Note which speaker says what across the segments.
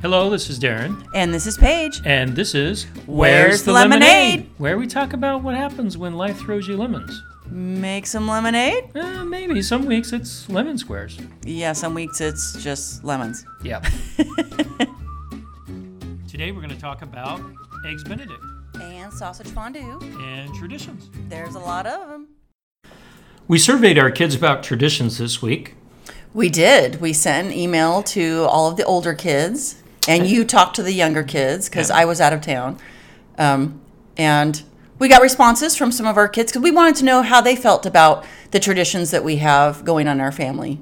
Speaker 1: Hello, this is Darren,
Speaker 2: And this is Paige.
Speaker 1: and this is Where's,
Speaker 2: the Lemonade?
Speaker 1: Where we talk about what happens when life throws you lemons.
Speaker 2: Make some lemonade?
Speaker 1: Uh, maybe some weeks it's lemon squares.
Speaker 2: Yeah, some weeks it's just lemons.
Speaker 1: Yeah. Today we're going to talk about eggs Benedict
Speaker 2: And sausage fondue.
Speaker 1: and traditions.
Speaker 2: There's a lot of them.
Speaker 1: We surveyed our kids about traditions this week.
Speaker 2: We did. We sent an email to all of the older kids, and you talked to the younger kids because
Speaker 1: Yeah.
Speaker 2: I was out of town. Um, and we got responses from some of our kids because we wanted to know how they felt about the traditions that we have going on in our family.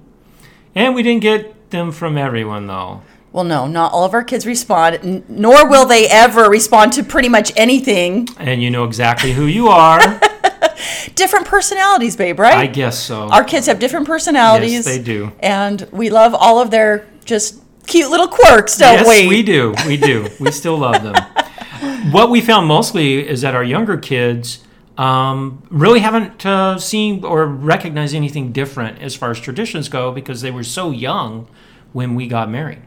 Speaker 1: And we didn't get them from everyone though.
Speaker 2: Well, no, not all of our kids respond, n- nor will they ever respond to pretty much anything.
Speaker 1: And you know exactly who you are.
Speaker 2: Different personalities, babe, right?
Speaker 1: I guess so.
Speaker 2: our kids have different personalities.
Speaker 1: Yes, they do.
Speaker 2: And we love all of their just cute little quirks, don't
Speaker 1: yes,
Speaker 2: we?
Speaker 1: we do. We do. We still love them. what we found mostly is that our younger kids um, really haven't uh, seen or recognized anything different as far as traditions go because they were so young when we got married.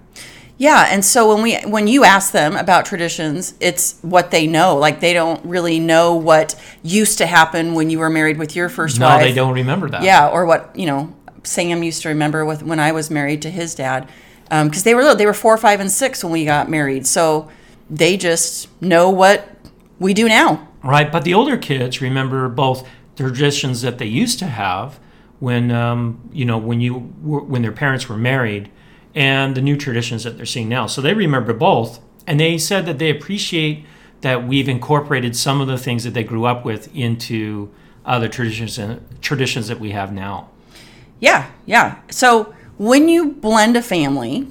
Speaker 2: Yeah, and so when we when you ask them about traditions, it's what they know. Like they don't really know what used to happen when you were married with your first
Speaker 1: No,
Speaker 2: wife.
Speaker 1: they don't remember that.
Speaker 2: Yeah, or what you know Sam used to remember with when I was married to his dad, because they were little, they were four, five, and six when we got married. So they just know what we do now.
Speaker 1: Right. But the older kids remember both traditions that they used to have when um, you know when you were, when their parents were married and the new traditions that they're seeing now. So they remember both, and they said that they appreciate that we've incorporated some of the things that they grew up with into other traditions and traditions that we have now.
Speaker 2: Yeah, yeah. So when you blend a family,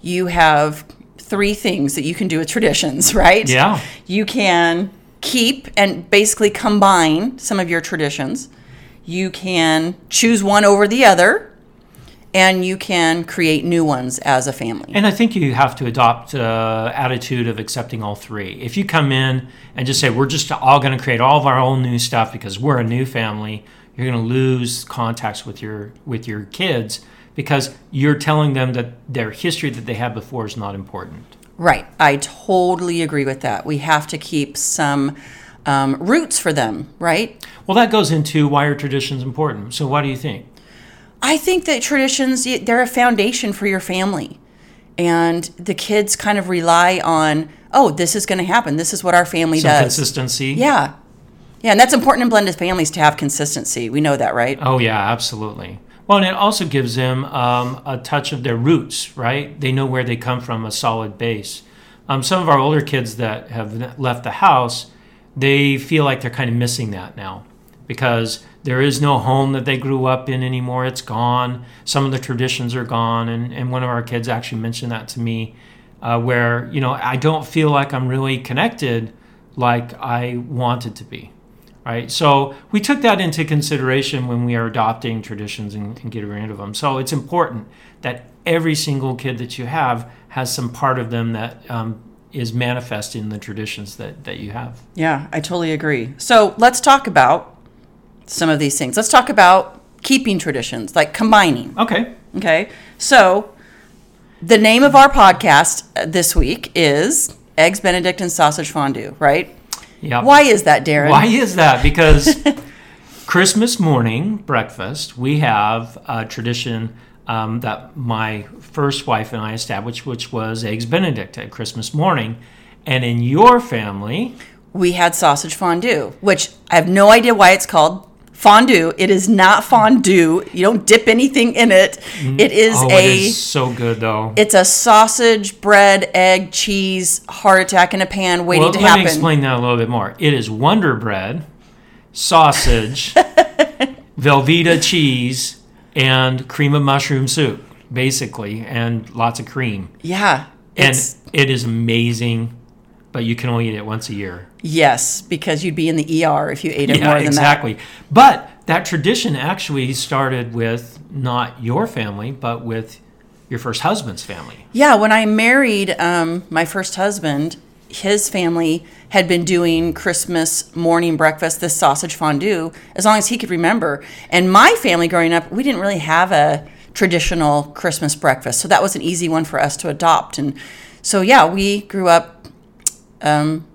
Speaker 2: you have three things that you can do with traditions, right?
Speaker 1: Yeah.
Speaker 2: You can keep and basically combine some of your traditions. You can choose one over the other, and you can create new ones as a family.
Speaker 1: And I think you have to adopt uh, attitude of accepting all three. If you come in and just say we're just all going to create all of our own new stuff because we're a new family, you're going to lose contacts with your with your kids because you're telling them that their history that they had before is not important.
Speaker 2: Right. I totally agree with that. We have to keep some um, roots for them, right?
Speaker 1: Well, that goes into why are traditions important. So, what do you think?
Speaker 2: I think that traditions y- they're a foundation for your family. And the kids kind of rely on, oh, this is going to happen. This is what our family
Speaker 1: Some
Speaker 2: does.
Speaker 1: consistency.
Speaker 2: yeah. Yeah, and that's important in blended families to have consistency. We know that, right?
Speaker 1: Oh yeah, absolutely. Well, and it also gives them um, a touch of their roots, right? They know where they come from, a solid base. Um, some of our older kids that have left the house, they feel like they're kind of missing that now because there is no home that they grew up in anymore. It's gone. Some of the traditions are gone. And, and one of our kids actually mentioned that to me uh, where, you know, I don't feel like I'm really connected like I wanted to be right? So we took that into consideration when we are adopting traditions and, and getting rid of them. So it's important that every single kid that you have has some part of them that um, is manifest in the traditions that, that you have.
Speaker 2: Yeah, I totally agree. So let's talk about some of these things. Let's talk about keeping traditions, like combining.
Speaker 1: Okay.
Speaker 2: Okay. So the name of our podcast uh, this week is Eggs Benedict and Sausage Fondue, right?
Speaker 1: Yeah.
Speaker 2: Why is that, Darren?
Speaker 1: Why is that? Because Christmas morning breakfast, we have a tradition um, that my first wife and I established, which was eggs Benedict at Christmas morning. And in your family,
Speaker 2: we had sausage fondue, which I have no idea why it's called fondue. It is not fondue. You don't dip anything in it. It is
Speaker 1: oh,
Speaker 2: a
Speaker 1: it is so good though.
Speaker 2: it's a sausage, bread, egg, cheese, heart attack in a pan waiting
Speaker 1: Well,
Speaker 2: to
Speaker 1: let
Speaker 2: happen.
Speaker 1: me explain that a little bit more. It is Wonder Bread, sausage, Velveeta cheese, and cream of mushroom soup, basically, and lots of cream.
Speaker 2: Yeah.
Speaker 1: And
Speaker 2: It's
Speaker 1: it is amazing, but you can only eat it once a year.
Speaker 2: yes, because you'd be in the ER if you ate it
Speaker 1: Yeah,
Speaker 2: more than
Speaker 1: exactly. But that tradition actually started with not your family, but with your first husband's family.
Speaker 2: that. Yeah, when I married um, my first husband, his family had been doing Christmas morning breakfast, this sausage fondue, as long as he could remember. And my family growing up, we didn't really have a traditional Christmas breakfast. So that was an easy one for us to adopt. And So yeah, we grew up. Um,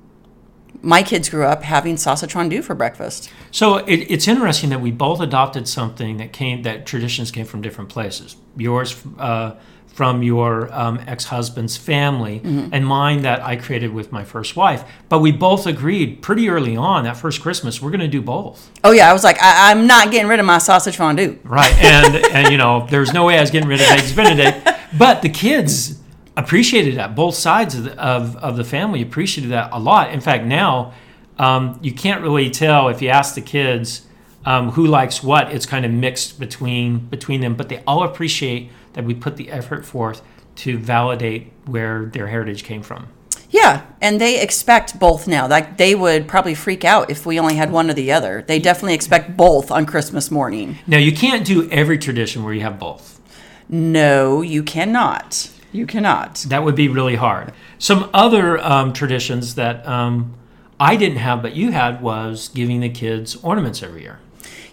Speaker 2: my kids grew up having sausage fondue for breakfast.
Speaker 1: So it, it's interesting that we both adopted something that came that traditions came from different places. Yours uh, from your um, ex-husband's family, and mine that I created with my first wife. But we both agreed pretty early on that first Christmas we're going to do both,
Speaker 2: Oh yeah, I was like, I- I'm not getting rid of my sausage fondue.
Speaker 1: right? And and you know there's no way I was getting rid of eggs Benedict, but the kids appreciated that. Both sides of the, of, of the family appreciated that a lot. In fact, now um, you can't really tell if you ask the kids um, who likes what. It's kind of mixed between between them, but they all appreciate that we put the effort forth to validate where their heritage came from.
Speaker 2: Yeah, and they expect both now. Like they would probably freak out if we only had one or the other. They definitely expect both on Christmas morning.
Speaker 1: Now you can't do every tradition where you have both.
Speaker 2: No, you cannot. You cannot.
Speaker 1: That would be really hard. Some other um, traditions that um, I didn't have but you had was giving the kids ornaments every year.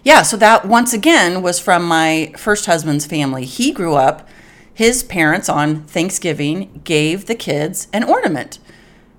Speaker 2: Yeah, so that once again was from my first husband's family. He grew up, his parents on Thanksgiving gave the kids an ornament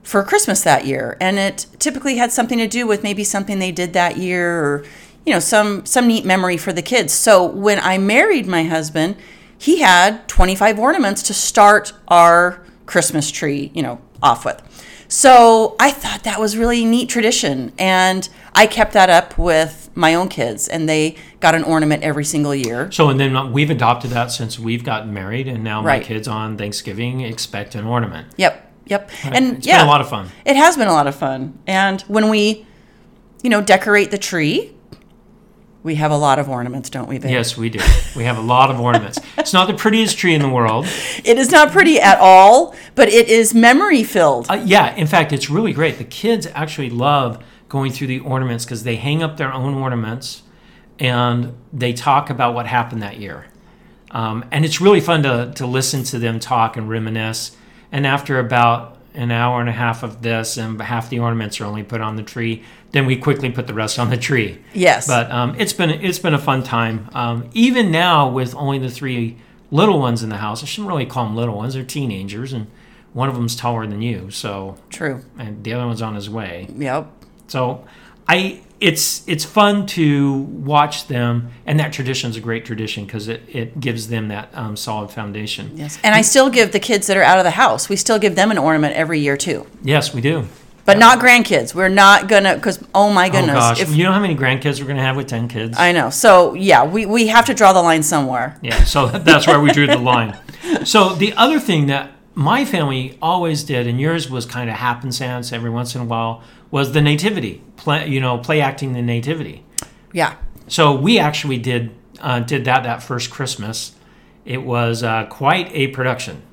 Speaker 2: for Christmas that year. And it typically had something to do with maybe something they did that year or, you know, some some neat memory for the kids. So when I married my husband, he had 25 ornaments to start our Christmas tree, you know, off with. So I thought that was really neat tradition and I kept that up with my own kids and they got an ornament every single year.
Speaker 1: So, and then um, we've adopted that since we've gotten married, and now
Speaker 2: Right.
Speaker 1: my kids on Thanksgiving expect an ornament.
Speaker 2: Yep. Yep. And
Speaker 1: It's
Speaker 2: yeah.
Speaker 1: been a lot of fun.
Speaker 2: It has been a lot of fun. And when we, you know, decorate the tree, we have a lot of ornaments, don't we, babe?
Speaker 1: Yes, we do. We have a lot of ornaments. It's not the prettiest tree in the world.
Speaker 2: It is not pretty at all, but it is memory filled.
Speaker 1: Uh, yeah, in fact, it's really great. The kids actually love going through the ornaments because they hang up their own ornaments and they talk about what happened that year. Um, and it's really fun to, to listen to them talk and reminisce. And after about an hour and a half of this, and half the ornaments are only put on the tree, then we quickly put the rest on the tree.
Speaker 2: Yes.
Speaker 1: But um, it's been it's been a fun time. Um, even now, with only the three little ones in the house, I shouldn't really call them little ones. They're teenagers, and one of them's taller than you, so
Speaker 2: True.
Speaker 1: and the other one's on his way.
Speaker 2: Yep.
Speaker 1: So, I it's it's fun to watch them, and that tradition's a great tradition because it it gives them that um, solid foundation.
Speaker 2: Yes. And I still give the kids that are out of the house, we still give them an ornament every year too.
Speaker 1: Yes, we do.
Speaker 2: But not grandkids. We're not going to, because, oh my
Speaker 1: Oh
Speaker 2: goodness.
Speaker 1: gosh,
Speaker 2: if,
Speaker 1: you know how many grandkids we're gonna have with ten kids?
Speaker 2: I know. So, yeah, we, we have to draw the line somewhere.
Speaker 1: Yeah, so that's where we drew the line. So the other thing that my family always did, and yours was kind of happenstance every once in a while, was the nativity. Play, you know, play acting the nativity.
Speaker 2: Yeah.
Speaker 1: So we actually did uh, did that that first Christmas. It was uh, quite a production.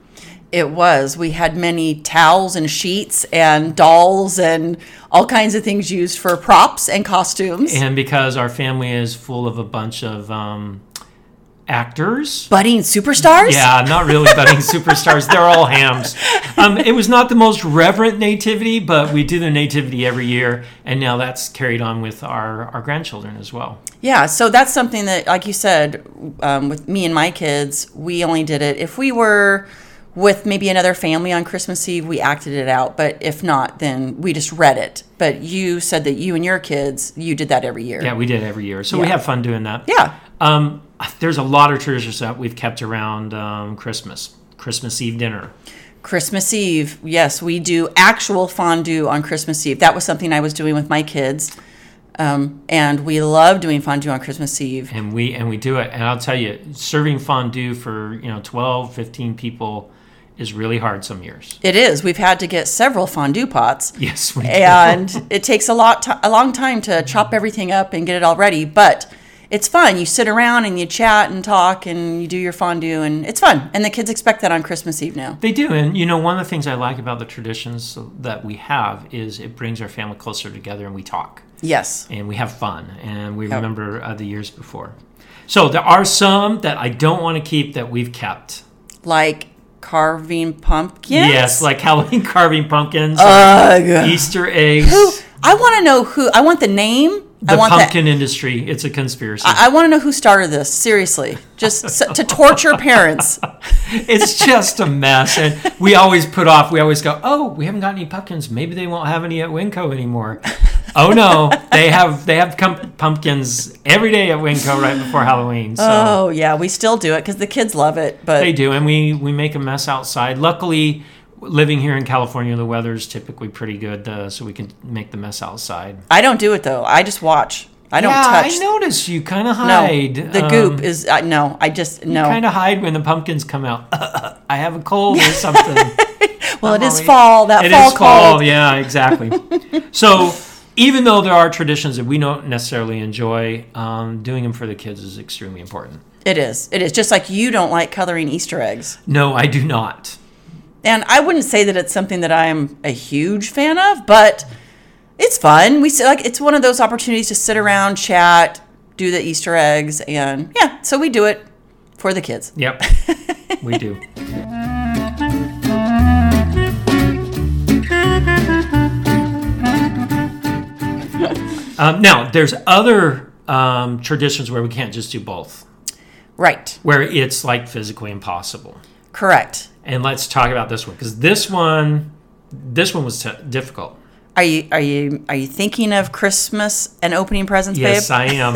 Speaker 2: It was. We had many towels and sheets and dolls and all kinds of things used for props and costumes.
Speaker 1: And because our family is full of a bunch of um, actors,
Speaker 2: Budding superstars?
Speaker 1: Yeah, not really budding superstars. They're all hams. Um, it was not the most reverent nativity, but we do the nativity every year, and now that's carried on with our, our grandchildren as well.
Speaker 2: Yeah. So that's something that, like you said, um, with me and my kids, we only did it if we were with maybe another family on Christmas Eve, we acted it out. But if not, then we just read it. But you said that you and your kids, you did that every year.
Speaker 1: Yeah, we did every year, so we
Speaker 2: Yeah.
Speaker 1: have fun doing that.
Speaker 2: Yeah.
Speaker 1: Um, there's a lot of traditions that we've kept around um, Christmas, Christmas Eve dinner.
Speaker 2: Christmas Eve. Yes, we do actual fondue on Christmas Eve. That was something I was doing with my kids. Um, and we love doing fondue on Christmas Eve.
Speaker 1: and we and we do it and i'll tell you serving fondue for you know 12 15 people is really hard some years
Speaker 2: It is. We've had to get several fondue pots.
Speaker 1: yes we do.
Speaker 2: And it takes a lot, to, a long time to chop everything up and get it all ready. But it's fun. You sit around and you chat and talk and you do your fondue, and it's fun. And the kids expect that on Christmas Eve now.
Speaker 1: They do, and you know, one of the things I like about the traditions that we have is it brings our family closer together, and we talk,
Speaker 2: Yes.
Speaker 1: and we have fun, and we remember uh, the years before. So there are some that I don't want to keep that we've kept.
Speaker 2: Like carving pumpkins.
Speaker 1: Yes, like Halloween
Speaker 2: Uh,
Speaker 1: carving pumpkins,
Speaker 2: Ugh.
Speaker 1: Easter eggs.
Speaker 2: I want to know who. I want the name,
Speaker 1: the
Speaker 2: want that.
Speaker 1: pumpkin industry. It's a conspiracy.
Speaker 2: I, I want to know who started this. Seriously, just s to torture parents.
Speaker 1: it's just a mess. And we always put off, we always go, oh, we haven't got any pumpkins. Maybe they won't have any at Winco anymore. oh no, they have they have com- pumpkins every day at Winco right before Halloween. So
Speaker 2: Oh yeah, we still do it because the kids love it. But
Speaker 1: they do, and we we make a mess outside. Luckily, living here in California, the weather is typically pretty good, uh, so we can make the mess outside.
Speaker 2: I don't do it though. I just watch. I don't
Speaker 1: yeah,
Speaker 2: touch.
Speaker 1: I Um, notice you kind of
Speaker 2: No,
Speaker 1: hide.
Speaker 2: the goop is uh, no. I just no.
Speaker 1: Kind of hide when the pumpkins come out. I have a cold or something.
Speaker 2: well, it is
Speaker 1: Molly.
Speaker 2: fall. That
Speaker 1: It is
Speaker 2: fall
Speaker 1: fall.
Speaker 2: cold.
Speaker 1: Yeah, exactly. so even though there are traditions that we don't necessarily enjoy, um, doing them for the kids is extremely important.
Speaker 2: It is. It is just like you don't like coloring Easter eggs,
Speaker 1: No, I do not.
Speaker 2: and I wouldn't say that it's something that I am a huge fan of, but it's fun. We s- like it's one of those opportunities to sit around, chat, do the Easter eggs, and yeah. So we do it for the kids.
Speaker 1: Yep, we do. um, now, there's other um, traditions where we can't just do both,
Speaker 2: Right.
Speaker 1: where it's like physically impossible.
Speaker 2: Correct.
Speaker 1: And let's talk about this one because this one, this one was t- difficult.
Speaker 2: Are you are you are you thinking of Christmas and opening presents,
Speaker 1: Yes,
Speaker 2: babe?
Speaker 1: I am.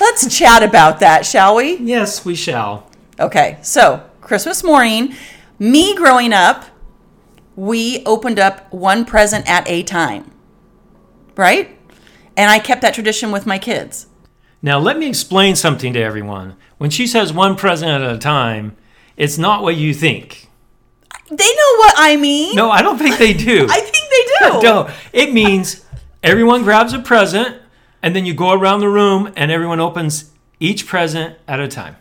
Speaker 2: Let's chat about that, shall we?
Speaker 1: yes, we shall.
Speaker 2: Okay. So, Christmas morning, me growing up, we opened up one present at a time. Right? And I kept that tradition with my kids.
Speaker 1: Now, let me explain something to everyone. When she says one present at a time, it's not what you think.
Speaker 2: They know what I mean.
Speaker 1: No, I don't think they do.
Speaker 2: I think they do.
Speaker 1: No, it means everyone grabs a present and then you go around the room and everyone opens each present at a time.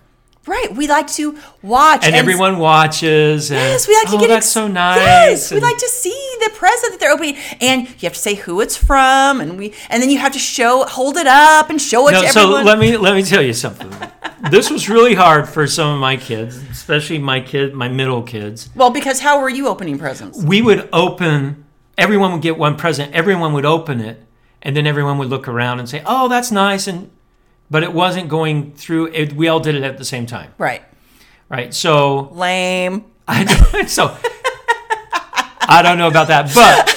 Speaker 2: Right. We like to watch
Speaker 1: And, everyone watches. And,
Speaker 2: Yes, we like
Speaker 1: oh,
Speaker 2: to get
Speaker 1: that's
Speaker 2: ex-
Speaker 1: so nice.
Speaker 2: Yes, we
Speaker 1: and-
Speaker 2: like to see the present that they're opening, and you have to say who it's from, and we, and then you have to show, hold it up, and show it
Speaker 1: No,
Speaker 2: to
Speaker 1: so
Speaker 2: everyone.
Speaker 1: let me let me tell you something. this was really hard for some of my kids, especially my kid, my middle kids.
Speaker 2: well, because how were you opening presents?
Speaker 1: we would open everyone would get one present everyone would open it and then everyone would look around and say oh that's nice and but it wasn't going through it, we all did it at the same time
Speaker 2: Right.
Speaker 1: right so
Speaker 2: Lame.
Speaker 1: i don't so i don't know about that but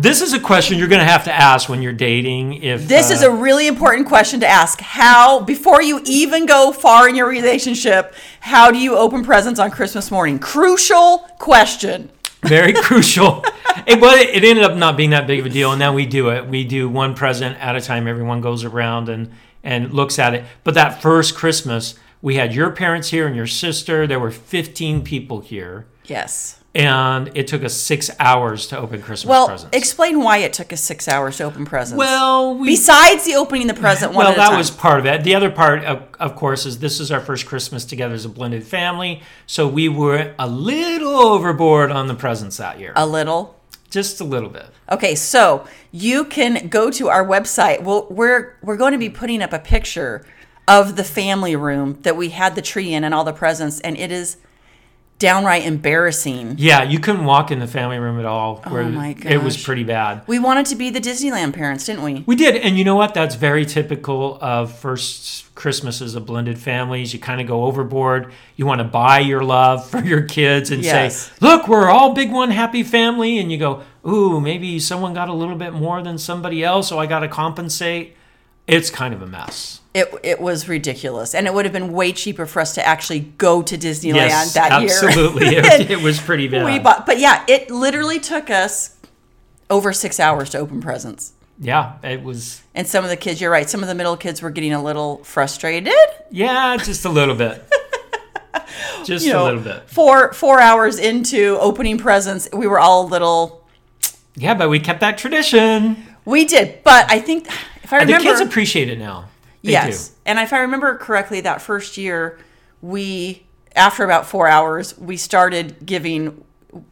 Speaker 1: this is a question you're going to have to ask when you're dating if
Speaker 2: This
Speaker 1: uh,
Speaker 2: is a really important question to ask. How, before you even go far in your relationship, how do you open presents on Christmas morning? Crucial question.
Speaker 1: very crucial it, but it ended up not being that big of a deal and now we do it we do one present at a time everyone goes around and and looks at it but that first christmas we had your parents here and your sister there were 15 people here
Speaker 2: Yes.
Speaker 1: and it took us six hours to open christmas
Speaker 2: Well,
Speaker 1: presents
Speaker 2: explain why it took us six hours to open presents.
Speaker 1: well we
Speaker 2: besides the opening the present one
Speaker 1: well
Speaker 2: at a
Speaker 1: that
Speaker 2: time.
Speaker 1: was part of it the other part of, of course is this is our first christmas together as a blended family so we were a little overboard on the presents that year
Speaker 2: a little.
Speaker 1: just a little bit
Speaker 2: Okay, so you can go to our website. We'll, we're we're going to be putting up a picture of the family room that we had the tree in and all the presents, and it is downright embarrassing.
Speaker 1: Yeah, you couldn't walk in the family room at all. Where
Speaker 2: Oh my
Speaker 1: It was
Speaker 2: gosh.
Speaker 1: pretty bad.
Speaker 2: We wanted to be the Disneyland parents, didn't we?
Speaker 1: We did, and you know what? That's very typical of first Christmases of blended families. You kind of go overboard. You want to buy your love for your kids and
Speaker 2: Yes.
Speaker 1: say, "Look, we're all big one happy family," and you go, "Ooh, maybe someone got a little bit more than somebody else, so I got to compensate." It's kind of a mess.
Speaker 2: It it was ridiculous, and it would have been way cheaper for us to actually go to Disneyland
Speaker 1: yes,
Speaker 2: that year.
Speaker 1: absolutely. it, it was pretty bad.
Speaker 2: we bought, but yeah, it literally took us over six hours to open presents.
Speaker 1: yeah, it was.
Speaker 2: And some of the kids, you're right, some of the middle kids were getting a little frustrated.
Speaker 1: Yeah, just a little bit. just
Speaker 2: you know,
Speaker 1: a little bit.
Speaker 2: Four four hours into opening presents, we were all a little.
Speaker 1: Yeah, but we kept that tradition.
Speaker 2: We did, but I think if I
Speaker 1: And
Speaker 2: remember,
Speaker 1: the kids appreciate it now. They
Speaker 2: yes, and if I remember correctly, that first year, we after about four hours, we started giving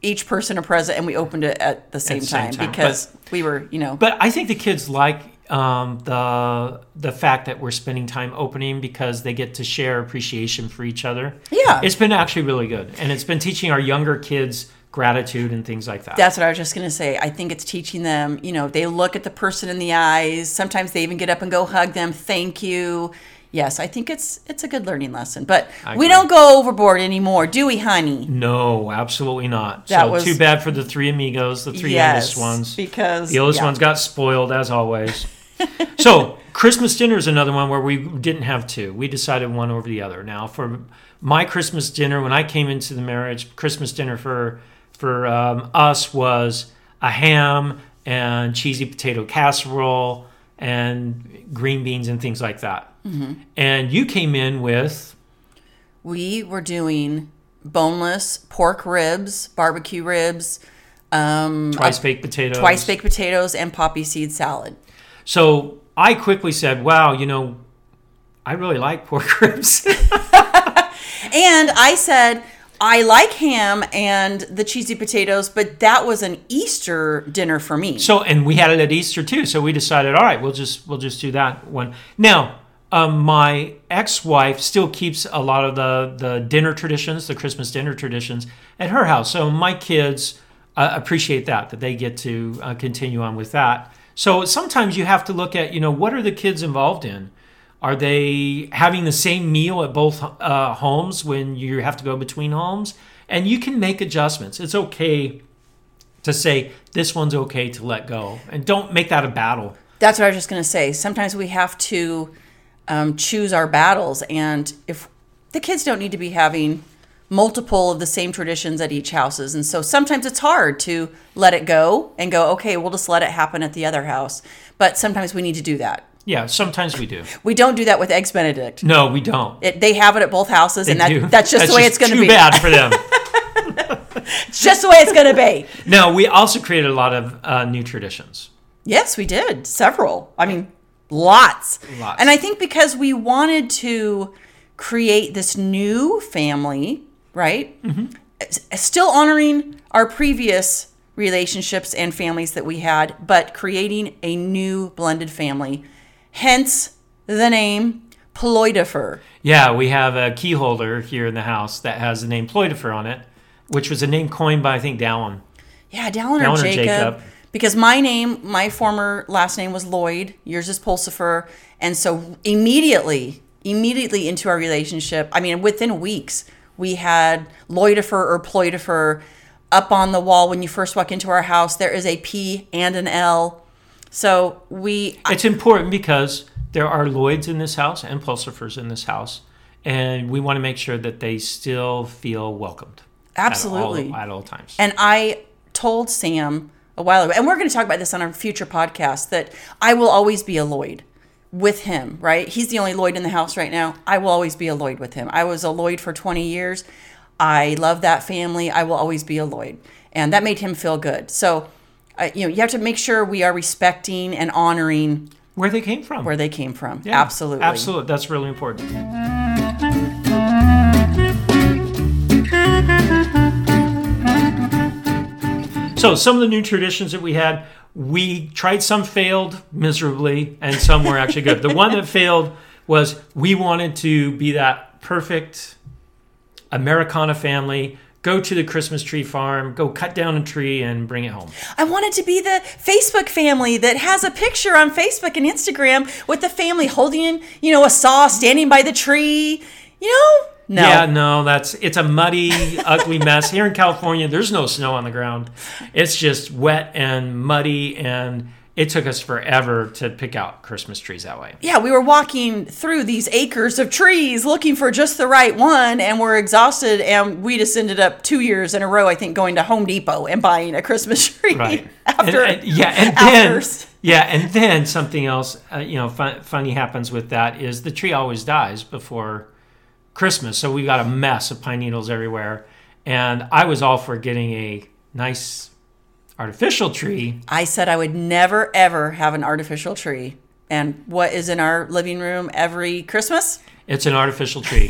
Speaker 2: each person a present, and we opened it at the same,
Speaker 1: the same
Speaker 2: time,
Speaker 1: time,
Speaker 2: because we were, you know,
Speaker 1: But I think the kids like um, the the fact that we're spending time opening because they get to share appreciation for each other.
Speaker 2: Yeah.
Speaker 1: it's been actually really good, and it's been teaching our younger kids gratitude and things like that.
Speaker 2: That's what I was just going to say. I think it's teaching them, you know, they look at the person in the eyes. Sometimes they even get up and go hug them, thank you. Yes, I think it's it's a good learning lesson, but
Speaker 1: I
Speaker 2: we
Speaker 1: agree.
Speaker 2: don't go overboard anymore, do we, honey?
Speaker 1: no, absolutely not.
Speaker 2: That
Speaker 1: so
Speaker 2: was-
Speaker 1: too bad for the three amigos, the three youngest
Speaker 2: yes,
Speaker 1: ones.
Speaker 2: because
Speaker 1: The oldest
Speaker 2: yeah.
Speaker 1: ones got spoiled as always. so Christmas dinner is another one where we didn't have two. We decided one over the other. Now for my Christmas dinner, when I came into the marriage, Christmas dinner for for um, us was a ham and cheesy potato casserole and green beans and things like that.
Speaker 2: Mm-hmm.
Speaker 1: And you came in with
Speaker 2: we were doing boneless pork ribs, barbecue ribs, um,
Speaker 1: twice baked potatoes.
Speaker 2: twice baked potatoes, and poppy seed salad.
Speaker 1: So I quickly said, "Wow, you know, I really like pork ribs."
Speaker 2: And I said, I like ham and the cheesy potatoes, but that was an Easter dinner for me.
Speaker 1: So and we had it at Easter too. So we decided, all right, we'll just we'll just do that one. Now, um, my ex-wife still keeps a lot of the the dinner traditions, the Christmas dinner traditions at her house. So my kids uh, appreciate that that they get to uh, continue on with that. So sometimes you have to look at you know what are the kids involved in. Are they having the same meal at both uh, homes when you have to go between homes? And you can make adjustments. It's okay to say this one's okay to let go and don't make that a battle.
Speaker 2: That's what I was just going to say. Sometimes we have to um, choose our battles. And if the kids don't need to be having multiple of the same traditions at each houses. And so sometimes it's hard to let it go and go, okay, we'll just let it happen at the other house. But sometimes we need to do that.
Speaker 1: Yeah, sometimes we do.
Speaker 2: We don't do that with Eggs Benedict.
Speaker 1: No, we don't.
Speaker 2: It, they have it at both houses, and
Speaker 1: They do.
Speaker 2: that, that's just the way it's going to
Speaker 1: too
Speaker 2: be.
Speaker 1: bad for them.
Speaker 2: It's just the way it's going to be.
Speaker 1: no, we also created a lot of uh, new traditions.
Speaker 2: Yes, we did. Several. I mean, lots.
Speaker 1: Lots.
Speaker 2: And I think because we wanted to create this new family, right? Mm-hmm. Still honoring our previous relationships and families that we had, but creating a new blended family. Hence the name Ploidifer.
Speaker 1: Yeah, we have a key holder here in the house that has the name Ploidifer on it, which was a name coined by I think Dallin.
Speaker 2: Yeah, Dallin,
Speaker 1: Dallin
Speaker 2: or
Speaker 1: or
Speaker 2: Jacob.
Speaker 1: Jacob.
Speaker 2: Because my name, my former last name was Lloyd, yours is Pulsifer. And so immediately, immediately into our relationship, I mean, within weeks, we had Lloydifer or Ploidifer up on the wall when you first walk into our house. There is a P and an L. So we,
Speaker 1: It's important because there are Lloyds in this house and Pulsifers in this house, and we want to make sure that they still feel welcomed. at all-
Speaker 2: Absolutely.
Speaker 1: at all, times.
Speaker 2: And I told Sam a while ago, and we're going to talk about this on our future podcast, that I will always be a Lloyd with him, right? He's the only Lloyd in the house right now. I will always be a Lloyd with him. I was a Lloyd for 20 years. I love that family. I will always be a Lloyd. And that made him feel good. So, uh, you know, you have to make sure we are respecting and honoring
Speaker 1: Where they came from.
Speaker 2: where they came from.
Speaker 1: Yeah,
Speaker 2: absolutely.
Speaker 1: Absolutely. That's really important. So, some of the new traditions that we had, we tried some failed miserably, and some were actually good. The one that failed was we wanted to be that perfect Americana family, go to the Christmas tree farm, go cut down a tree, and bring it home.
Speaker 2: I wanted to be the Facebook family that has a picture on Facebook and Instagram with the family holding, you know, a saw standing by the tree. You know? No.
Speaker 1: Yeah, no, that's it's a muddy, ugly mess. Here in California, there's no snow on the ground. It's just wet and muddy and it took us forever to pick out Christmas trees that way.
Speaker 2: Yeah, we were walking through these acres of trees looking for just the right one and we're exhausted and we just ended up 2 years in a row I think going to Home Depot and buying a Christmas tree
Speaker 1: Right.
Speaker 2: after
Speaker 1: and, and- yeah, and then
Speaker 2: after-
Speaker 1: yeah, and then something else, uh, you know, fun, funny happens with that is the tree always dies before Christmas. So we got a mess of pine needles everywhere, and I was all for getting a nice artificial tree.
Speaker 2: I said I would never ever have an artificial tree. And what is in our living room every Christmas?
Speaker 1: It's an artificial tree.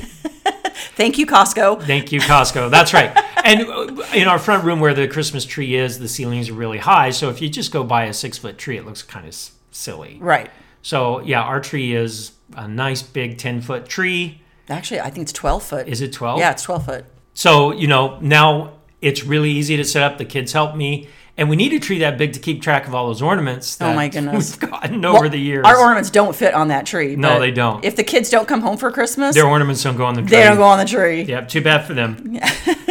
Speaker 2: Thank you Costco.
Speaker 1: Thank you, Costco. That's right. And uh, in our front room where the Christmas tree is, the ceilings are really high. So if you just go buy a six foot tree, it looks kind of s- silly.
Speaker 2: Right.
Speaker 1: So yeah, our tree is a nice big 10 foot tree.
Speaker 2: Actually, I think it's 12 foot.
Speaker 1: Is it 12?
Speaker 2: Yeah, it's 12 foot.
Speaker 1: So, you know, now It's really easy to set up. The kids help me. And we need a tree that big to keep track of all those ornaments
Speaker 2: Oh
Speaker 1: that
Speaker 2: my goodness.
Speaker 1: we've gotten over
Speaker 2: Well,
Speaker 1: the years.
Speaker 2: Our ornaments don't fit on that tree.
Speaker 1: No,
Speaker 2: but
Speaker 1: they don't.
Speaker 2: If the kids don't come home for Christmas,
Speaker 1: Their ornaments don't go on the tree.
Speaker 2: they don't go on the tree.
Speaker 1: Yeah, too bad for them.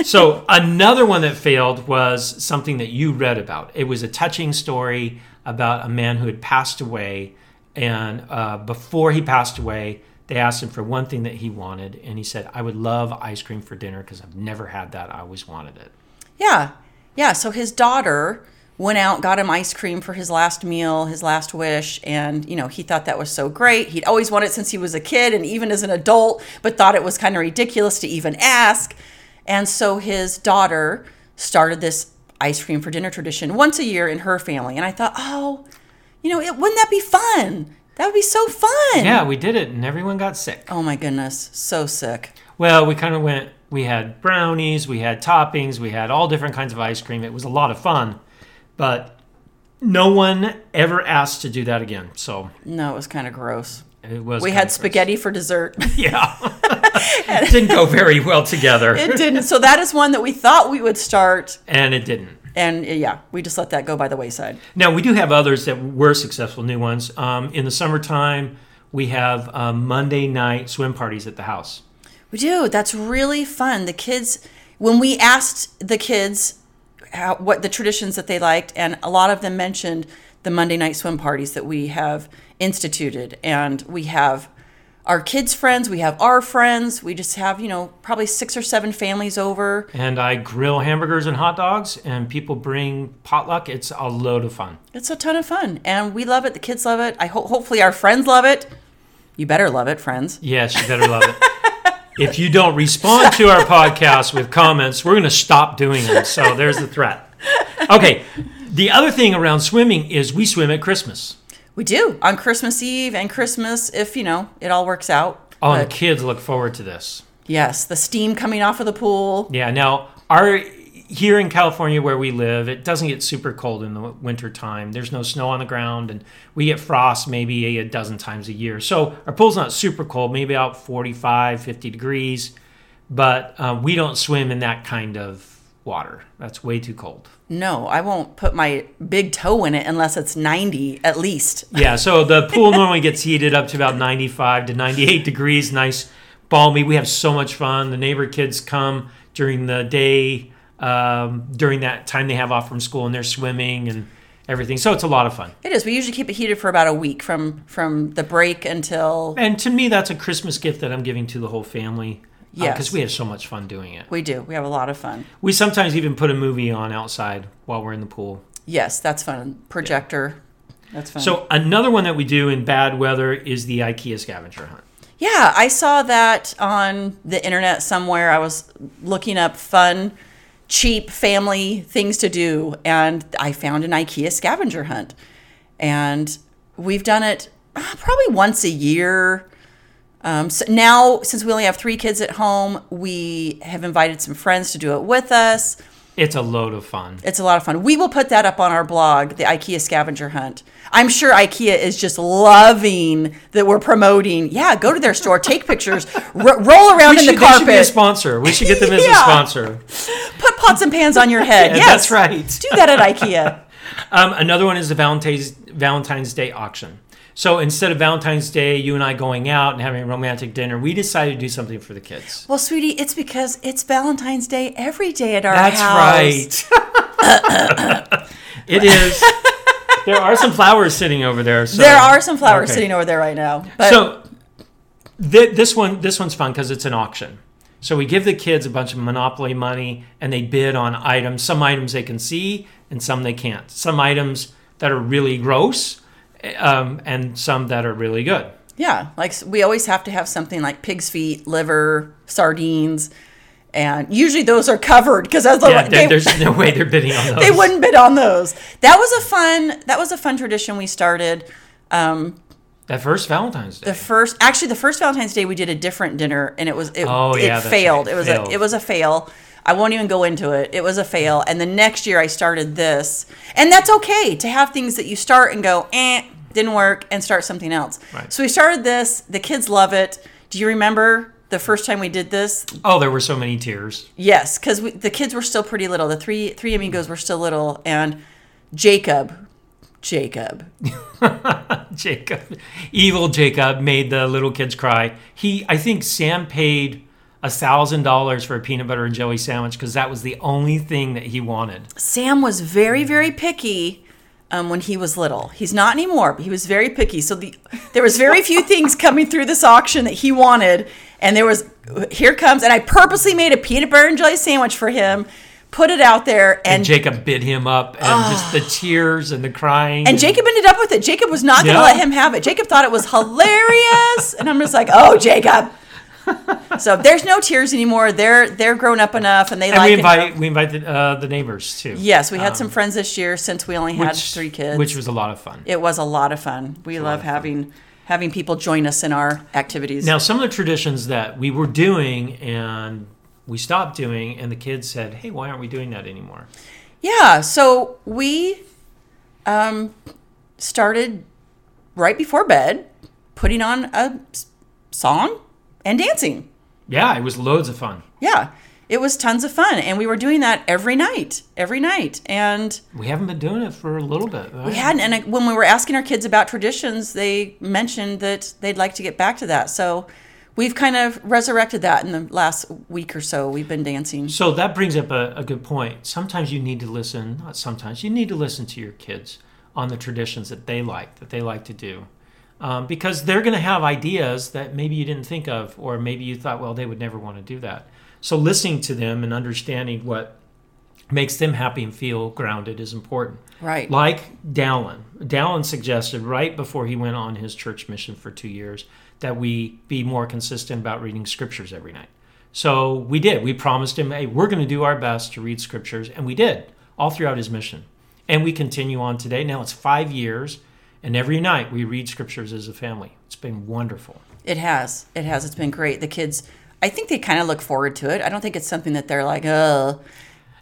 Speaker 1: so another one that failed was something that you read about. It was a touching story about a man who had passed away, and uh, before he passed away, they asked him for one thing that he wanted, and he said, "I would love ice cream for dinner because I've never had that. I always wanted it."
Speaker 2: Yeah. Yeah. So his daughter went out, got him ice cream for his last meal, his last wish. And, you know, he thought that was so great. He'd always wanted it since he was a kid and even as an adult, but thought it was kind of ridiculous to even ask. And so his daughter started this ice cream for dinner tradition once a year in her family. And I thought, oh, you know, it, wouldn't that be fun? That would be so fun.
Speaker 1: Yeah, we did it, and everyone got sick.
Speaker 2: Oh my goodness. So sick.
Speaker 1: Well, we kind of went. We had brownies, we had toppings, we had all different kinds of ice cream. It was a lot of fun, but no one ever asked to do that again. So
Speaker 2: No, it was kind of gross.
Speaker 1: It was.
Speaker 2: We
Speaker 1: kind of
Speaker 2: had
Speaker 1: gross.
Speaker 2: spaghetti for dessert.
Speaker 1: Yeah. it didn't go very well together.
Speaker 2: it didn't. So that is one that we thought we would start,
Speaker 1: and it didn't.
Speaker 2: and uh, yeah, we just let that go by the wayside.
Speaker 1: Now, we do have others that were successful, new ones. Um, in the summertime, we have uh, Monday night swim parties at the house.
Speaker 2: We do. That's really fun. The kids, when we asked the kids how, what the traditions that they liked, and a lot of them mentioned the Monday night swim parties that we have instituted, and we have our kids' friends, we have our friends, we just have you know probably six or seven families over.
Speaker 1: And I grill hamburgers and hot dogs, and people bring potluck. It's a load of fun.
Speaker 2: It's a ton of fun, and we love it. The kids love it. I hope hopefully our friends love it. You better love it, friends.
Speaker 1: Yes, you better love it. if you don't respond to our podcast with comments, we're going to stop doing them. So there's the threat. Okay. The other thing around swimming is we swim at Christmas.
Speaker 2: We do on Christmas Eve and Christmas if you know it all works out.
Speaker 1: Oh, and
Speaker 2: But
Speaker 1: kids look forward to this.
Speaker 2: yes, the steam coming off of the pool.
Speaker 1: Yeah. Now, our here in California where we live, it doesn't get super cold in the w- winter time. There's no snow on the ground, and we get frost maybe a dozen times a year. So our pool's not super cold, maybe about 45, 50 degrees, but uh, we don't swim in that kind of water. That's way too cold.
Speaker 2: No, I won't put my big toe in it unless it's 90 at least.
Speaker 1: Yeah, so the pool normally gets heated up to about 95 to 98 degrees, nice balmy. We have so much fun. The neighbor kids come during the day, um, during that time they have off from school, and they're swimming and everything. So it's a lot of fun.
Speaker 2: It is. We usually keep it heated for about a week from from the break until
Speaker 1: And to me, that's a Christmas gift that I'm giving to the whole family. Because
Speaker 2: Yes.
Speaker 1: we have so much fun doing it.
Speaker 2: we do. We have a lot of fun.
Speaker 1: We sometimes even put a movie on outside while we're in the pool.
Speaker 2: Yes, that's fun. Projector. That's fun.
Speaker 1: So another one that we do in bad weather is the IKEA scavenger hunt.
Speaker 2: Yeah, I saw that on the internet somewhere. I was looking up fun, cheap family things to do, and I found an IKEA scavenger hunt. And we've done it ah, probably once a year. Um, so now, since we only have three kids at home, we have invited some friends to do it with us.
Speaker 1: It's a load of fun.
Speaker 2: It's a lot of fun. We will put that up on our blog, the IKEA scavenger hunt. I'm sure IKEA is just loving that we're promoting. Yeah, go to their store, take pictures, r- roll around
Speaker 1: We
Speaker 2: in
Speaker 1: should,
Speaker 2: the
Speaker 1: they should be a
Speaker 2: carpet,
Speaker 1: sponsor. We should get them as a
Speaker 2: Yeah.
Speaker 1: sponsor.
Speaker 2: put pots and pans on your head.
Speaker 1: Yeah,
Speaker 2: yes,
Speaker 1: that's right.
Speaker 2: Do that at IKEA.
Speaker 1: Um, another one is the Valentine's Valentine's Day auction. So instead of Valentine's Day, you and I going out and having a romantic dinner, we decided to do something for the kids.
Speaker 2: Well, sweetie, it's because it's Valentine's Day every day at our
Speaker 1: That's
Speaker 2: house.
Speaker 1: right. it is. There are some flowers sitting over there. So.
Speaker 2: There are some flowers
Speaker 1: Okay.
Speaker 2: sitting over there right now. But
Speaker 1: so th- this one this one's fun because it's an auction so we give the kids a bunch of monopoly money and they bid on items some items they can see and some they can't some items that are really gross eh, um, and some that are really good
Speaker 2: Yeah, like s- we always have to have something like pig's feet, liver, sardines, and usually those are covered because that's the
Speaker 1: yeah,
Speaker 2: one-
Speaker 1: there-
Speaker 2: they-
Speaker 1: there's no way they're bidding on those
Speaker 2: they wouldn't bid on those. That was a fun. That was a fun tradition we started. Um,
Speaker 1: that first valentine's day
Speaker 2: the first, actually, the first Valentine's Day we did a different dinner, and it was it,
Speaker 1: Oh,
Speaker 2: it
Speaker 1: yeah, that's
Speaker 2: failed.
Speaker 1: right.
Speaker 2: It was
Speaker 1: Failed.
Speaker 2: a it was a fail. I won't even go into it. It was a fail. And the next year I started this, and that's okay to have things that you start and go, eh, didn't work, and start something else.
Speaker 1: Right.
Speaker 2: So we started this. The kids love it. Do you remember the first time we did this,
Speaker 1: Oh, there were so many tears.
Speaker 2: Yes, because the kids were still pretty little. The three three amigos were still little, and Jacob, Jacob,
Speaker 1: Jacob, evil Jacob, made the little kids cry. He, I think Sam paid a thousand dollars for a peanut butter and jelly sandwich because that was the only thing that he wanted.
Speaker 2: Sam was very very picky um, when he was little. He's not anymore, but he was very picky. So the there was very few things coming through this auction that he wanted, and there was here comes, and I purposely made a peanut butter and jelly sandwich for him, put it out there, and. Ah.
Speaker 1: And Jacob bit him up, and just the tears and the crying.
Speaker 2: and Jacob ended up with it. Jacob was not going to
Speaker 1: Yeah.
Speaker 2: let him have it. Jacob thought it was hilarious, and I'm just like, "Oh, Jacob." so there's no tears anymore. They're they're grown up enough, and they
Speaker 1: And
Speaker 2: like
Speaker 1: we
Speaker 2: it.
Speaker 1: invite we invite the, uh, the neighbors too.
Speaker 2: Yes, we had some friends this year since we only had three kids.
Speaker 1: which was a lot of fun.
Speaker 2: it was a lot of fun. We love having having people join us in our activities.
Speaker 1: Now, some of the traditions that we were doing and we stopped doing, and the kids said, "Hey, why aren't we doing that anymore?"
Speaker 2: Yeah, so we um, started right before bed, putting on a s- song and dancing.
Speaker 1: Yeah, it was loads of fun.
Speaker 2: Yeah, it was tons of fun, and we were doing that every night, every night, and.
Speaker 1: We haven't been doing it for a little bit. right?
Speaker 2: We hadn't, and uh, when we were asking our kids about traditions, they mentioned that they'd like to get back to that. So we've kind of resurrected that in the last week or so. We've been dancing.
Speaker 1: So that brings up a, a good point. Sometimes you need to listen, not sometimes, you need to listen to your kids on the traditions that they like, that they like to do. Um, because they're going to have ideas that maybe you didn't think of, or maybe you thought, well, they would never want to do that. So listening to them and understanding what makes them happy and feel grounded is important.
Speaker 2: Right.
Speaker 1: Like Dowlin. Dowlin suggested right before he went on his church mission for two years that we be more consistent about reading scriptures every night. So we did. We promised him, hey, we're going to do our best to read scriptures. And we did all throughout his mission. And we continue on today. Now it's five years. And every night we read scriptures as a family. It's been wonderful.
Speaker 2: It has. It has. It's been great. The kids, I think they kind of look forward to it. I don't think it's something that they're like, oh,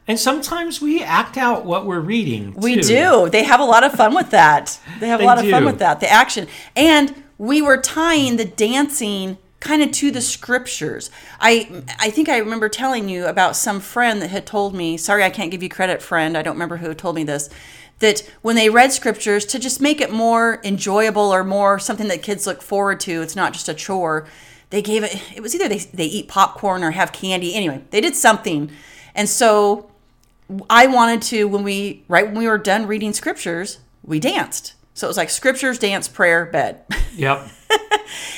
Speaker 1: And sometimes we act out what we're reading.
Speaker 2: We
Speaker 1: too.
Speaker 2: do. They have a lot of fun with that. They have
Speaker 1: They
Speaker 2: a lot of fun
Speaker 1: do.
Speaker 2: with that. The action. And we were tying the dancing kind of to the scriptures. I I think I remember telling you about some friend that had told me, sorry I can't give you credit friend, I don't remember who told me this, that when they read scriptures to just make it more enjoyable or more something that kids look forward to, it's not just a chore. They gave it it was either they they eat popcorn or have candy. Anyway, they did something. And so I wanted to when we right when we were done reading scriptures, we danced. So it was like scriptures, dance, prayer, bed.
Speaker 1: Yep.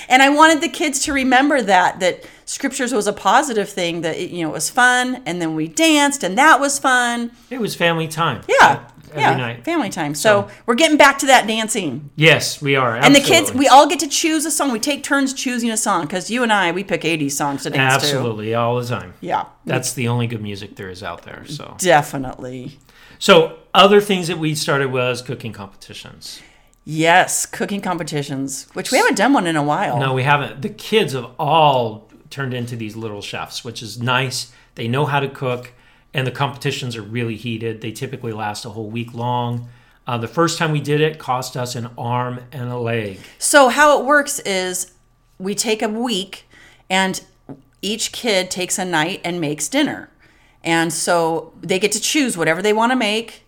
Speaker 2: And I wanted the kids to remember that that scriptures was a positive thing that it, you know it was fun and then we danced and that was fun.
Speaker 1: It was family time.
Speaker 2: Yeah.
Speaker 1: Every
Speaker 2: yeah.
Speaker 1: night.
Speaker 2: Family time. So, we're getting back to that dancing.
Speaker 1: Yes, we are.
Speaker 2: And the kids
Speaker 1: absolutely.
Speaker 2: we all get to choose a song. We take turns choosing a song cuz you and I we pick 80 songs to dance to.
Speaker 1: Absolutely, all the time.
Speaker 2: Yeah.
Speaker 1: That's the only good music there is out there. So,
Speaker 2: Definitely.
Speaker 1: so other things that we started was cooking competitions.
Speaker 2: Yes, cooking competitions, which we haven't done one in a while.
Speaker 1: No, we haven't. The kids have all turned into these little chefs, which is nice. They know how to cook, and the competitions are really heated. They typically last a whole week long. Uh, the first time we did it cost us an arm and a leg.
Speaker 2: So how it works is we take a week and each kid takes a night and makes dinner. And so they get to choose whatever they want to make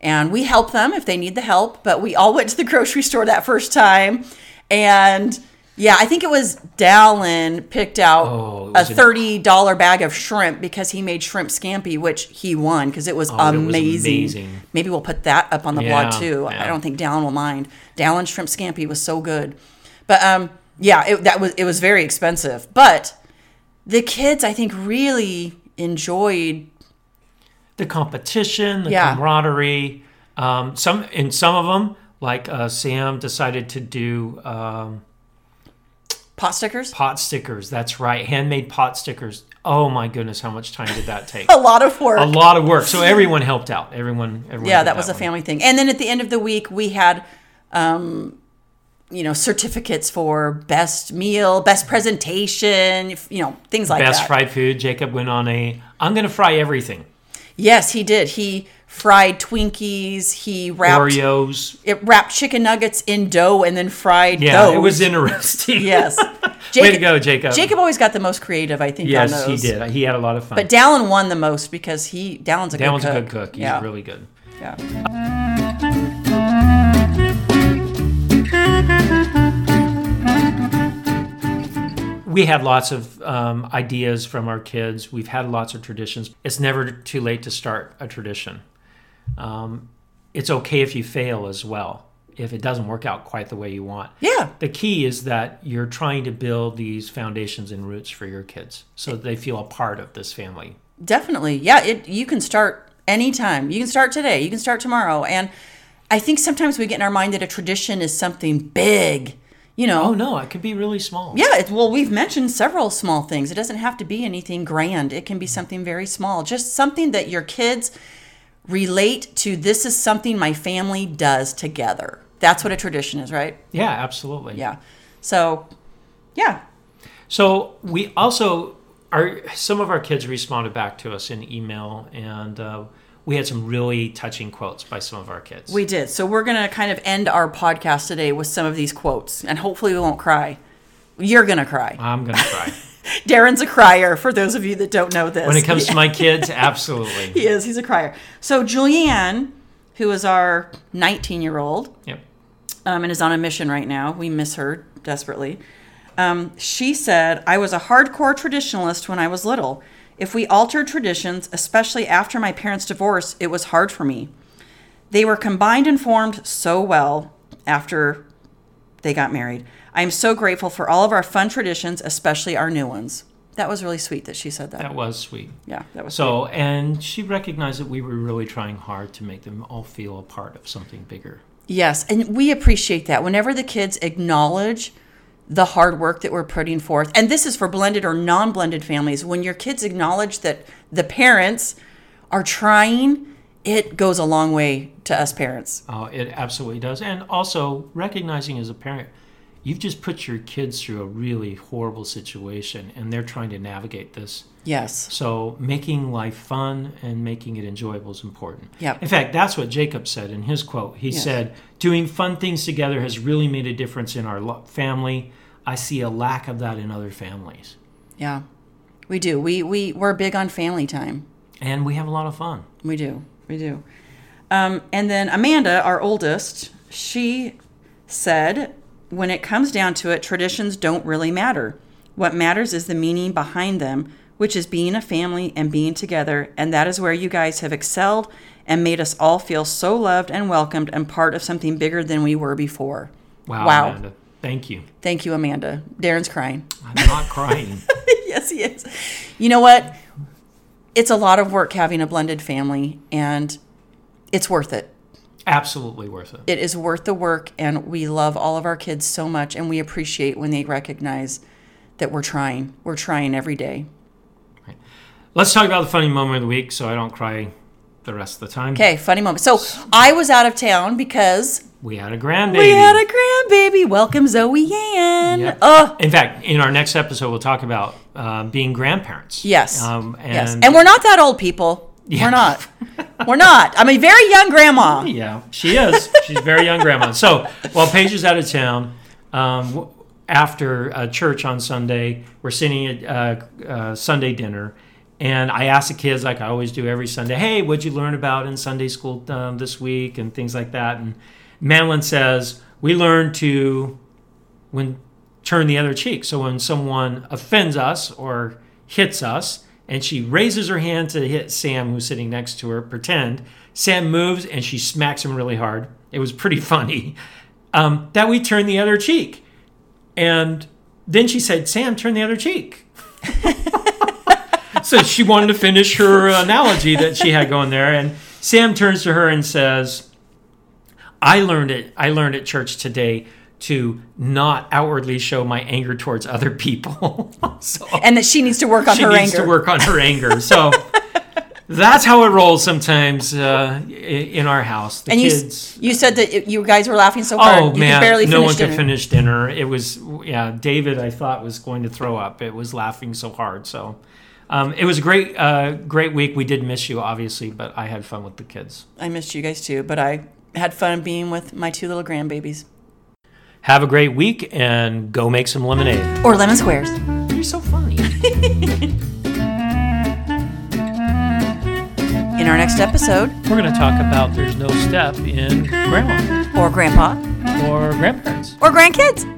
Speaker 2: and we help them if they need the help, but we all went to the grocery store that first time and yeah, I think it was Dallin picked out
Speaker 1: Oh, it
Speaker 2: a
Speaker 1: was an-
Speaker 2: thirty dollar bag of shrimp because he made shrimp scampi, which he won because it was,
Speaker 1: Oh, it was
Speaker 2: amazing.
Speaker 1: amazing.
Speaker 2: Maybe we'll put that up on the
Speaker 1: Yeah,
Speaker 2: blog too. I
Speaker 1: yeah.
Speaker 2: don't think Dallin will mind. Dallin shrimp scampi was so good, but um, yeah, it, that was it was very expensive. But the kids, I think, really enjoyed.
Speaker 1: the competition, the
Speaker 2: Yeah.
Speaker 1: camaraderie. Um, some in some of them, like uh, Sam decided to do um,
Speaker 2: Pot stickers.
Speaker 1: pot stickers. That's right, handmade pot stickers. Oh my goodness, how much time did that take?
Speaker 2: A lot of work.
Speaker 1: a lot of work. So everyone helped out. Everyone, everyone.
Speaker 2: yeah,
Speaker 1: did
Speaker 2: that was a
Speaker 1: one.
Speaker 2: family thing. And then at the end of the week, we had, um, you know, certificates for best meal, best presentation, if- you know, things like
Speaker 1: Best
Speaker 2: that.
Speaker 1: fried food. Jacob went on a. I'm going to fry everything.
Speaker 2: yes, he did. He fried Twinkies. He wrapped
Speaker 1: Oreos.
Speaker 2: it wrapped chicken nuggets in dough and then fried
Speaker 1: Yeah,
Speaker 2: those.
Speaker 1: it was interesting.
Speaker 2: yes.
Speaker 1: Way to go, Jacob.
Speaker 2: Jacob always got the most creative, I think.
Speaker 1: Yes,
Speaker 2: on
Speaker 1: he
Speaker 2: those.
Speaker 1: did. He had a lot of fun.
Speaker 2: But Dallin won the most because he Dallin's a
Speaker 1: Dallin's
Speaker 2: good
Speaker 1: a good
Speaker 2: cook.
Speaker 1: cook. He's
Speaker 2: yeah.
Speaker 1: really good.
Speaker 2: Yeah.
Speaker 1: We had lots of um, ideas from our kids. We've had lots of traditions. It's never too late to start a tradition. Um, it's okay if you fail as well, if it doesn't work out quite the way you want.
Speaker 2: Yeah.
Speaker 1: The key is that you're trying to build these foundations and roots for your kids so that they feel a part of this family.
Speaker 2: Definitely. Yeah, it you can start anytime. You can start today, you can start tomorrow. And I think sometimes we get in our mind that a tradition is something big, you know.
Speaker 1: Oh, no, it could be really small.
Speaker 2: Yeah, it, well, we've mentioned several small things. It doesn't have to be anything grand. It
Speaker 1: Mm-hmm.
Speaker 2: can be something very small, just something that your kids relate to. This is something my family does together. That's what a tradition is, right?
Speaker 1: Yeah, absolutely.
Speaker 2: Yeah. So, yeah,
Speaker 1: So we also our some of our kids responded back to us in email, and uh, we had some really touching quotes by some of our kids.
Speaker 2: we did. So we're gonna kind of end our podcast today with some of these quotes, and hopefully we won't cry. You're gonna cry.
Speaker 1: I'm gonna cry
Speaker 2: Darren's a crier. For those of you that don't know this,
Speaker 1: when it comes to my kids. Absolutely.
Speaker 2: he is. He's a crier. So Julianne, who is our 19 year old,
Speaker 1: Yep.
Speaker 2: um, and is on a mission right now. We miss her desperately. Um, she said, I was a hardcore traditionalist when I was little. If we altered traditions, especially after my parents' divorce, it was hard for me. They were combined and formed so well after they got married. I am so grateful for all of our fun traditions, especially our new ones. That was really sweet that she said that.
Speaker 1: That was sweet.
Speaker 2: yeah, that was
Speaker 1: So, and she recognized that we were really trying hard to make them all feel a part of something bigger.
Speaker 2: Yes, and we appreciate that. Whenever the kids acknowledge the hard work that we're putting forth, and this is for blended or non blended families, when your kids acknowledge that the parents are trying, it goes a long way to us parents.
Speaker 1: Oh, it absolutely does. And also recognizing as a parent, you've just put your kids through a really horrible situation, and they're trying to navigate this.
Speaker 2: Yes.
Speaker 1: So making life fun and making it enjoyable is important.
Speaker 2: Yep.
Speaker 1: In fact, that's what Jacob said in his quote. He said, "Doing fun things together has really made a difference in our lo- family. I see a lack of that in other families,
Speaker 2: Yeah. We do. We we we're big on family time.
Speaker 1: and we have a lot of fun."
Speaker 2: We do. We do. Um, and then Amanda, our oldest, she said, when it comes down to it, traditions don't really matter. What matters is the meaning behind them, which is being a family and being together. And that is where you guys have excelled and made us all feel so loved and welcomed and part of something bigger than we were before.
Speaker 1: Wow,
Speaker 2: Wow.
Speaker 1: Amanda. Thank you.
Speaker 2: Thank you, Amanda. Darren's crying.
Speaker 1: I'm not crying.
Speaker 2: yes, he is. You know what? It's a lot of work having a blended family, and it's worth it.
Speaker 1: Absolutely worth it.
Speaker 2: it is worth the work and we love all of our kids so much and we appreciate when they recognize that we're trying we're trying every day
Speaker 1: Let's talk about the funny moment of the week, so I don't cry the rest of the time.
Speaker 2: okay funny moment so i was out of town because
Speaker 1: We had a grandbaby.
Speaker 2: we had a grandbaby welcome zoe ann
Speaker 1: Yep.
Speaker 2: oh
Speaker 1: in fact, in our next episode, we'll talk about uh, being grandparents.
Speaker 2: yes
Speaker 1: Um, and
Speaker 2: yes and we're not that old people we're not we're not i'm a very young grandma
Speaker 1: Yeah, she is. She's very young grandma. So while Paige is out of town, um, w- after uh, church on Sunday, we're sitting at uh, uh, Sunday dinner, and I ask the kids, like I always do every Sunday, "Hey, what'd you learn about in Sunday school um, this week?" and things like that. And Madeline says, "We learned to when turn the other cheek. So when someone offends us or hits us, and she raises her hand to hit Sam, who's sitting next to her, pretend Sam moves and she smacks him really hard. It was pretty funny. Um, that we turn the other cheek, and then she said, "Sam, turn the other cheek." so she wanted to finish her analogy that she had going there, and Sam turns to her and says. I learned it. I learned at church today to not outwardly show my anger towards other people. so
Speaker 2: and that she needs to work on
Speaker 1: she
Speaker 2: her
Speaker 1: needs
Speaker 2: anger
Speaker 1: to work on her anger. So that's how it rolls sometimes uh, i- in our house. The
Speaker 2: and you,
Speaker 1: kids.
Speaker 2: s- you said that it- you guys were laughing so hard
Speaker 1: Oh
Speaker 2: you
Speaker 1: man!
Speaker 2: could barely
Speaker 1: no
Speaker 2: finish
Speaker 1: one
Speaker 2: dinner.
Speaker 1: could finish dinner. It was yeah. David, I thought was going to throw up. It was laughing so hard. So um, it was a great, uh, great week. We did miss you, obviously, but I had fun with the kids.
Speaker 2: I missed you guys too, but I had fun being with my two little grandbabies.
Speaker 1: Have a great week and go make some lemonade.
Speaker 2: Or lemon squares.
Speaker 1: You're so funny.
Speaker 2: In our next episode,
Speaker 1: We're going to talk about there's no step in grandma
Speaker 2: or grandpa,
Speaker 1: or grandparents.
Speaker 2: or grandkids.